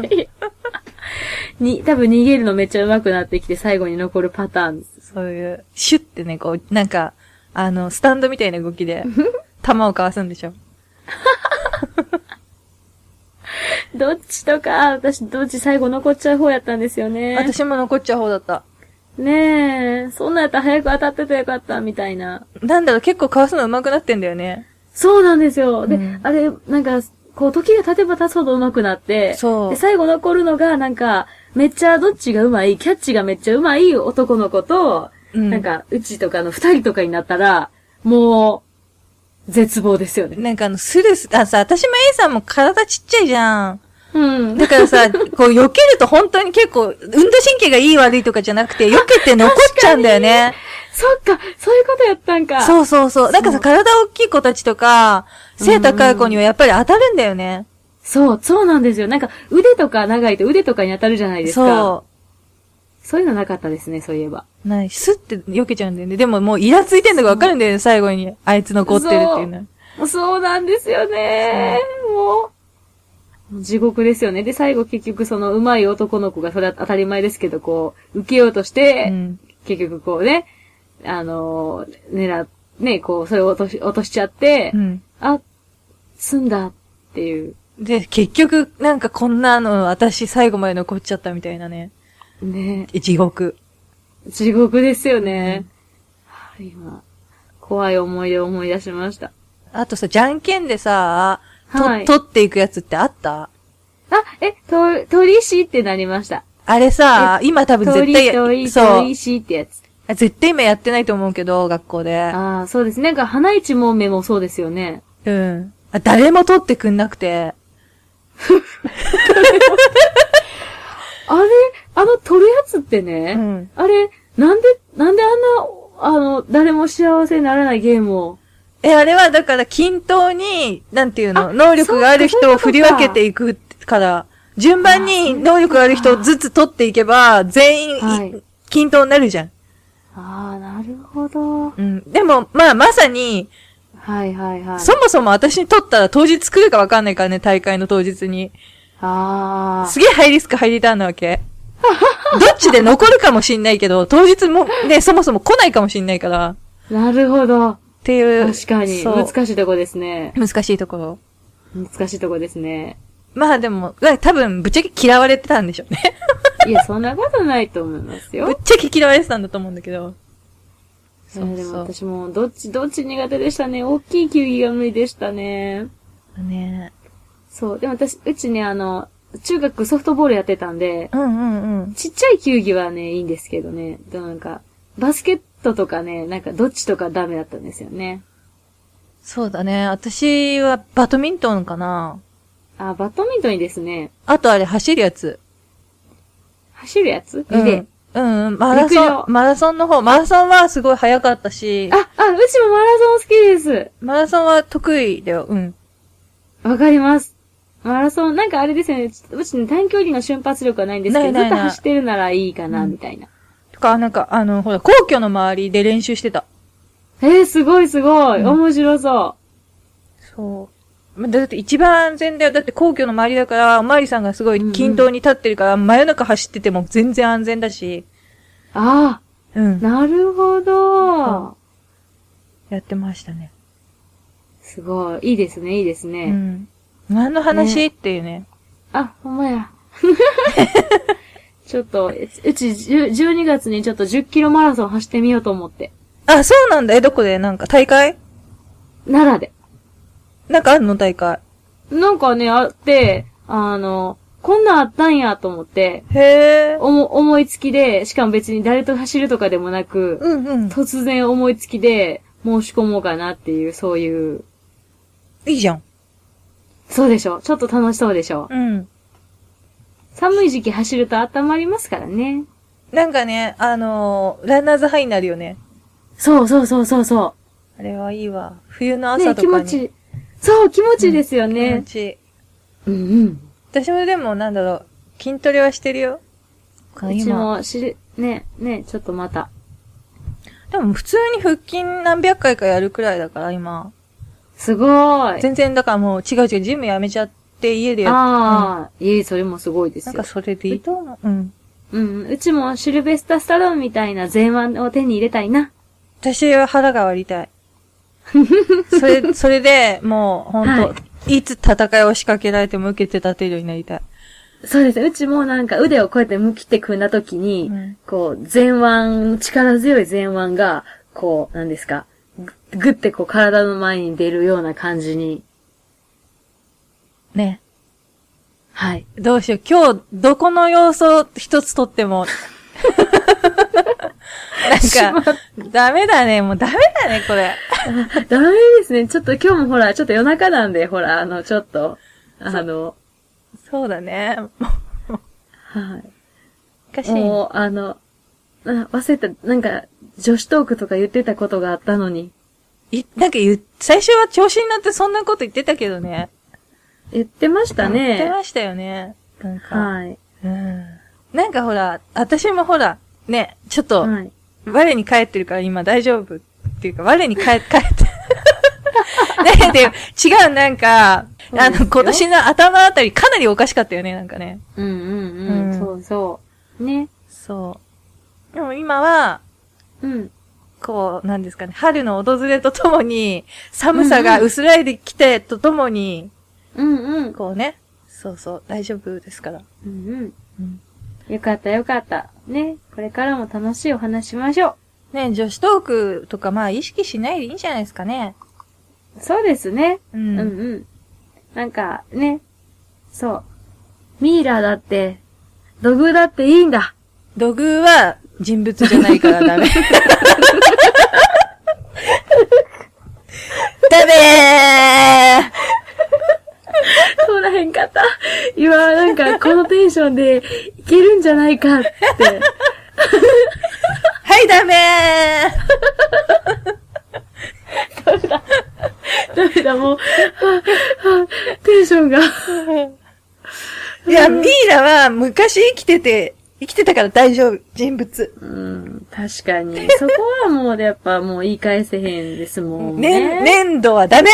火。
に、多分逃げるのめっちゃ上手くなってきて最後に残るパターンです。
そういう、シュッてね、こう、なんか、あの、スタンドみたいな動き
[laughs]
で、球をかわすんでしょ。
どっちとか、私どっち最後残っちゃう方やったんですよね。
私も残っちゃう方だった。
ねえ、そんなんやったら早く当たっててよかった、みたいな。
なんだろう、結構かわすの上手くなってんだよね。
そうなんですよ。で、
うん
あれ、なんか、こう、時が経てば経つほど上手くなって、
そう
で、最後残るのが、なんか、めっちゃどっちが上手い、キャッチがめっちゃ上手い男の子と、
うん
なんか、うちとかの二人とかになったら、もう、絶望ですよね。
なんかあの、スルス、あ、さ、私も A さんも体ちっちゃいじゃん。
うん。
だから
[laughs]
さ、こう、避けると本当に結構、運動神経がいい悪いとかじゃなくて、避けて残っちゃうんだよね。
そっか、そういうことやったんか。う。
そうそうそう。だからさ、体大きい子たちとか、背高い子にはやっぱり当たるんだよね。
そう、そうなんですよ。なんか、腕とか長いと腕とかに当たるじゃないですか。
そう。
そういうのなかったですね、そういえば。
ない、スッて避けちゃうんだよね。でももうイラついてんのがわかるんだよね、最後に。あいつ残ってるっていうの。
そうなんですよね。もう。もう地獄ですよね。で、最後結局その上手い男の子が、それは当たり前ですけど、こう、受けようとして、
うん
結局こうね、あのー狙っ、ね、こう、それを落とし、落としちゃって、
うん。
あ、済んだっていう。
で、結局、なんかこんなの私最後まで残っちゃったみたいなね。
ね、
地獄。
地獄ですよね。はあ今、怖い思い出を思い出しました。
あとさ、じゃんけんでさ、と、
はい
取っていくやつってあった
あ、え、と、鳥石ってなりました。
あれさ、今多分絶
鳥、
対
鳥、
や、そ
鳥
う。
石ってやつ。
絶対今やってないと思うけど、学校で。
ああ、そうですね。なんか、花一もめもそうですよね。
うん。あ誰も取ってくんなくて。
あれ、あの、取るやつってね、
うん
あれ、なんで、なんであんな、あの、誰も幸せにならないゲームを。
え、あれはだから均等に、なんていうの、
あ
能力がある人を振り分けていくから、順番
あーそうい
に
うことか
能力がある人をずつ取っていけば、全員い、
はい
均等になるじゃん。
ああ、なるほど。
うん。でも、まあまさに、
はいはいはい。
そもそも私に取ったら当日来るかわかんないからね、大会の当日に。
あ
すげえハイリスクハイリターンなわけ。どっちで残るかもしんないけど、当日も、ね、そもそも来ないかもしんないから、
あ、なるほど。
っていう。
確かに、
そう
難しいとこですね。
難しいところ。
難しいとこですね。
まあでも、多分、ぶっちゃけ嫌われてたんでしょうね。
いや、そんなことないと思います
ぶっ
よ。
ちゃけ嫌われてたんだと思うんだけど。
え
そう
ーでも
そ
私も、どっち、どっち苦手でしたね。大きい球技が無理でしたね。
う。ね
そう。でも私、うちね、あの、中学ソフトボールやってたんで、
うんうんうん。
ちっちゃい球技はね、いいんですけどね、でもなんか、バスケットとかね、なんかどっちとかダメだったんですよね。
そうだね。私はバドミントンかな。
あ、バドミントンいいですね。
あとあれ、走るやつ。
走るやつ
う
リレー
ん。うんうん、マラ
陸
ソン
上、
マラソンの方、マラソンはすごい早かったし、
あ、あ、うちもマラソン好きです。
マラソンは得意だよ、うん。
わかります。マラソン、なんかあれですよね、ちうちね、短距離の瞬発力はないんですけど、
ないない
ず
な
っ
い
と走ってるならいいかな、
うん
みたいな。
とか、なんか、あの、ほら、皇居の周りで練習してた。
えー、すごいすごい、
うん
面白そう。
そう。まだって一番安全だよ。だって皇居の周りだから、おまわりさんがすごい均等に立ってるから、真夜中走ってても全然安全だし。
あ
うん。
なるほど。
やってましたね。
すごい。いいですね、いいです
う
ね。
ん。何の話、っていうね。
あ、ほんま [laughs] や。ちょっと、うち10 12月にちょっと10キロマラソン走ってみようと思って。
あ、そうなんだ。え、どこでなんか大会
奈良で。
なんかあるの大会。
なんかね、あって、あの、こんなんあったんやと思って、
へえ。
おも思いつきで、しかも別に誰と走るとかでもなく、
うんうん。
突然思いつきで申し込もうかなっていう、そういう、
いいじゃん。
そうでしょちょっと楽しそうでしょ
うん。
寒い時期走ると温まりますからね。
なんかね、あのーランナーズハイになるよね。
そうそうそうそうそ
あれはいいわ。冬の
う。
朝
ね、
と
気
か
持
に。
ちいい。そう、気持ちいいですよ
気持
ね。
ちいい。
うんうん。
私もでも、なんだろう、筋トレはしてるよ。
うちも知る、ね、ね、ちょっとまた。
でも普通に腹筋何百回かやるくらいだから、今。
すごーい。
全然、だからもう違う違う、ジムやめちゃって家でやっ
ああ、いえ、それもすごいで
な
す
んか
よ。
それでいいと思う。うん。
うんうん、うちもシルベスタ・スタローンみたいな前腕を手に入れたいな。
私は腹が割り [laughs] たい。それ、それで、もう、ほんと、、
はい
つ戦いを仕掛けられても受けて立てるようになりたい。
そうですね。うちもなんか腕をこうやって向きて組んだ時に、
うん
こう、前腕、力強い前腕が、こう、なんですか、ぐぐってこう体の前に出るような感じに。
ね。
はい。
どうしよう。今日、どこの要素一つとって [laughs] も。なんか、ダメだね。もうダメだね、これ。
[laughs] ダメですね。ちょっと今日もほら、ちょっと夜中なんで、ほら、あの、ちょっと、あの、
そうだね。もう
はい。
おかしいね。
もう、あの、あ忘れた、なんか、女子トークとか言ってたことがあったのに、
い、なんか言う、最初は調子になってそんなこと言ってたけどね。
言ってました
言って
ね。
ましたよね。なんか、
はい。
うん。なんかほら、私もほら、ね、ちょっと、
はい。
我に返ってるから今大丈夫っていうか、我に返、 [laughs] 返って。ねで、違う、なんか、
そう
あ
です
の、
よ
今年の頭あたりかなりおかしかったよね、なんかね。
うんう
う
んうんん、そうそう。ね。
そう。でも今は、
うん。
こう、なんですかね、春の訪れとともに、寒さが薄らいできてとともに、
うんうん。
こうね。そうそう、大丈夫ですから。
うんうん。
うん、
よかったよかった。ね。これからも楽しいお話しましょ
ね女子トークとか、まあ、意識しないでいいんじゃないですかね。
う。そうですね。
う。
うんんうん。なんか、ね。そう。ミイラだって、土偶だっていいんだ。
土偶は人物じゃないから
[laughs]
ダメ。ダメ
通らへんかった。今、なんか、このテンションで、いけるんじゃないか [laughs] って。
ーはい、ダメー
ダメだ、もう、はあはあテンションが。
いや、ミイラは昔生きてて、生きてたから大丈夫。人物。
うん、確かに。そこはもう、やっぱ、もう言い返せへんですもん
ね、
ね。
粘土はダメ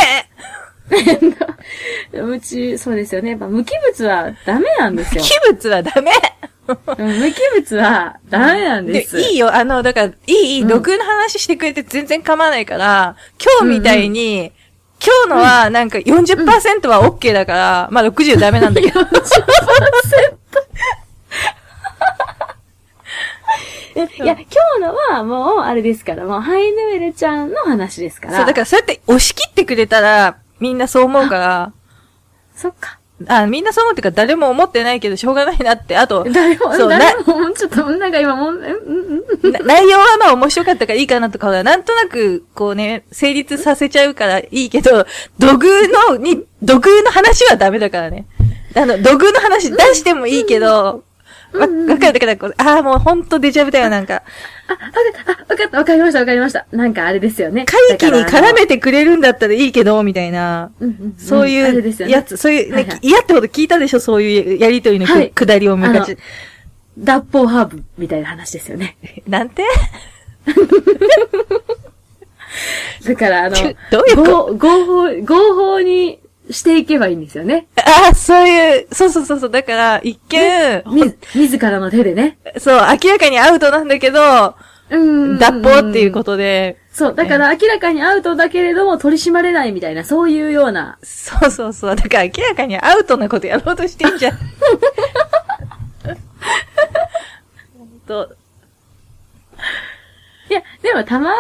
うち、そうですよね。やっぱ、無機物はダメなんですよ
器。物はダメ
うん無機物はダメなんです。
いいよ、あの、だから、いい、いい、
うん
毒の話してくれて全然構わないから、今日みたいに、今日のは、なんか40%は OK だから、まあ60ダメなんだけど。
え [laughs] いや、今日のはもう、あれですから、もう、ハイヌエルちゃんの話ですから。
そう、だからそうやって押し切ってくれたら、みんなそう思うから、
そっか。
あ、みんなそう思うっていうか、誰も思ってないけど、しょうがないなって、あと、
誰も、
そう
誰も、ちょっと、なんか今、もう、うん、うん、うん。
な内容はまあ面白かったからいいかなとかは、なんとなく、こうね、成立させちゃうからいいけど、土偶の、に、土偶の話はダメだからね。あの、土偶の話出してもいいけど、わ、わかるだからこう、ああ、もうほんとデジャブだよ、なんか。
あ、わかった、あ、わかった、わかりました、わかりました。なんかあれですよね。
会議に絡
だか
めてくれるんだったらいいけど、みたいな。
ら、うんうんん
そう
あれです
い
よ
うや
ね。
つ、そういう、
は
ね
いはい、
嫌ってこと聞いたでしょ、そういうやりとりのく、
はい
くだりを昔。
脱法ハーブみたいな話ですよね。
なんて、
[laughs] だから、あの
どういうこ
合合法、合法にしていけばいいんですよね。
ああ、そういう、そうそうそうそう、だから、一見、
み、自らの手でね。
そう、明らかにアウトなんだけど、
うん
脱法っていうことで、
そう。だから明らかにアウトだけれども取り締まれないみたいな、そういうような。
そうそうそう。だから明らかにアウトなことやろうとしてんじゃん。ほんと
いや、でもたまに、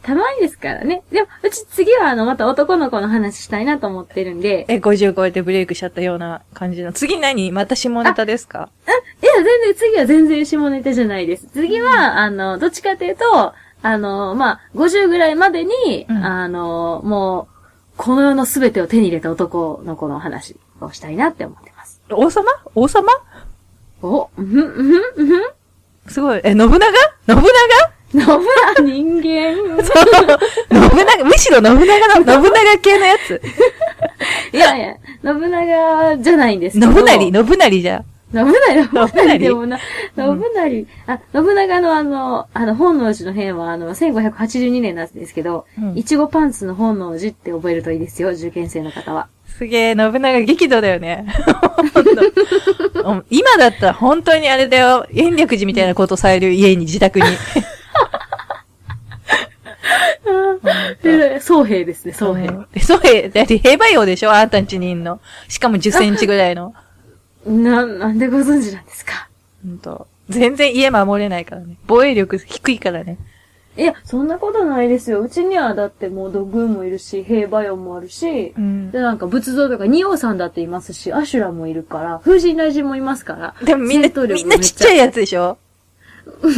たまにですからね。でも、うち次はあの、また男の子の話したいなと思ってるんで。
え、50超えてブレイクしちゃったような感じの。次何また下ネタですか
あ、いや、全然、次は全然下ネタじゃないです。次は、あの、どっちかというと、あの、まあ、50ぐらいまでに、
うん
あの、もう、この世の全てを手に入れた男の子の話をしたいなって思ってます。
王様王様
お、うんふん、うんふん、うんふん。
すごい。え、信長信 [laughs] 長
信長人間。 [laughs]
そう。信長、むしろ信長の、信長系のやつ。
いやいや、信長じゃないんです
信
けど。
成、信成じゃ。
信長、信
信成
成でもな、信成、あ、信長のあの、あの、本能寺の変は、あの、1582年なんですけど、
うん
いちごパンツの本能寺って覚えるといいですよ、受験生の方は。
すげえ、信長激怒だよね。 [laughs] ほんとうん今だったら本当にあれだよ。延暦寺みたいなことされる家に、自宅に。
で、総兵ですね、総兵。
え [laughs] そうへ、だって兵馬俑でしょあんたんちにいんの。しかも10センチぐらいの。
な、なんでご存知なんですか
ほんと。全然家守れないからね。防衛力低いからね。
いや、そんなことないですよ。うちにはだってもう土偶もいるし、兵馬俑もあるし、
うん。
で、なんか仏像とか、仁王さんだっていますし、アシュラもいるから、風神雷神もいますから。
でもみんな、
戦闘力
み
も
んなちっちゃいやつでしょ
うん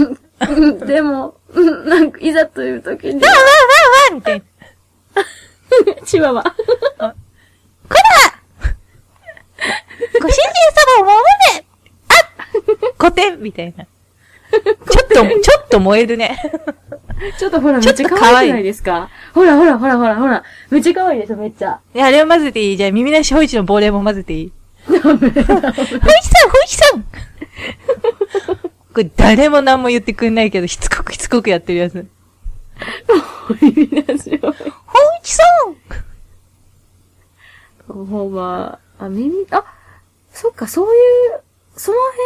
でも、うんなんか、いざという時に、
わわわみたいな。
[laughs] チワワ。
ご主人様を守れあコテンみたいな。ちょっと、ちょっと燃えるね。
ちょっとほら、
ち
め
ょ
っ
っ
ち
と
ゃ可愛くないですかほらほらほらほらほら。めっちゃ可愛いでしょ、めっちゃ。
いや、あれを混ぜていいじゃあ、耳なしほいちの亡霊も混ぜていいほいちさんほいちさんこれ誰も何も言ってくんないけど、しつこくしつこくやってるやつ。ほいちさん
[laughs] ほんま、あ、耳、あ、そっか、そういう、その辺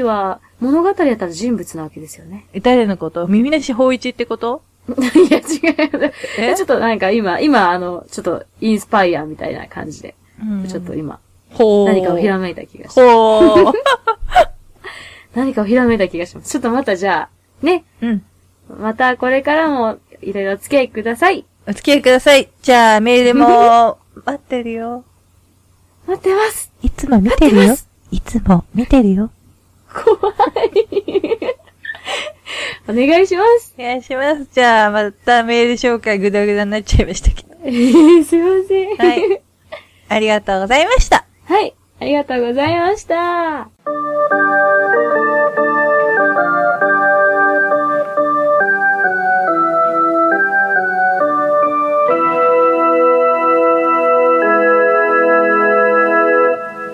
の話は、物語やったら人物なわけですよね。 [laughs]
え誰のこと耳なしほいちってこと
いや、違うよね。
え
ちょっとなんか今、今、あの、ちょっと、インスパイアみたいな感じで、
うん
ちょっと今、
ほー。
何かをひらめいた気がします。
ほー。
何かをひらめいた気がします。ちょっとまたじゃあ、ね、
うん。
またこれからも、いろいろお付き合いください。
お付き合いください。じゃあ、メール [laughs] も、待ってるよ。
待ってます
いつも見
てるよ
いつも見てるよ。
怖い。お願いします。 [laughs]
お願いします。じゃあ、またメール紹介ぐだぐだになっちゃいましたけど。
えー、すいません。
はい。ありがとうございました。
はい。ありがとうございました。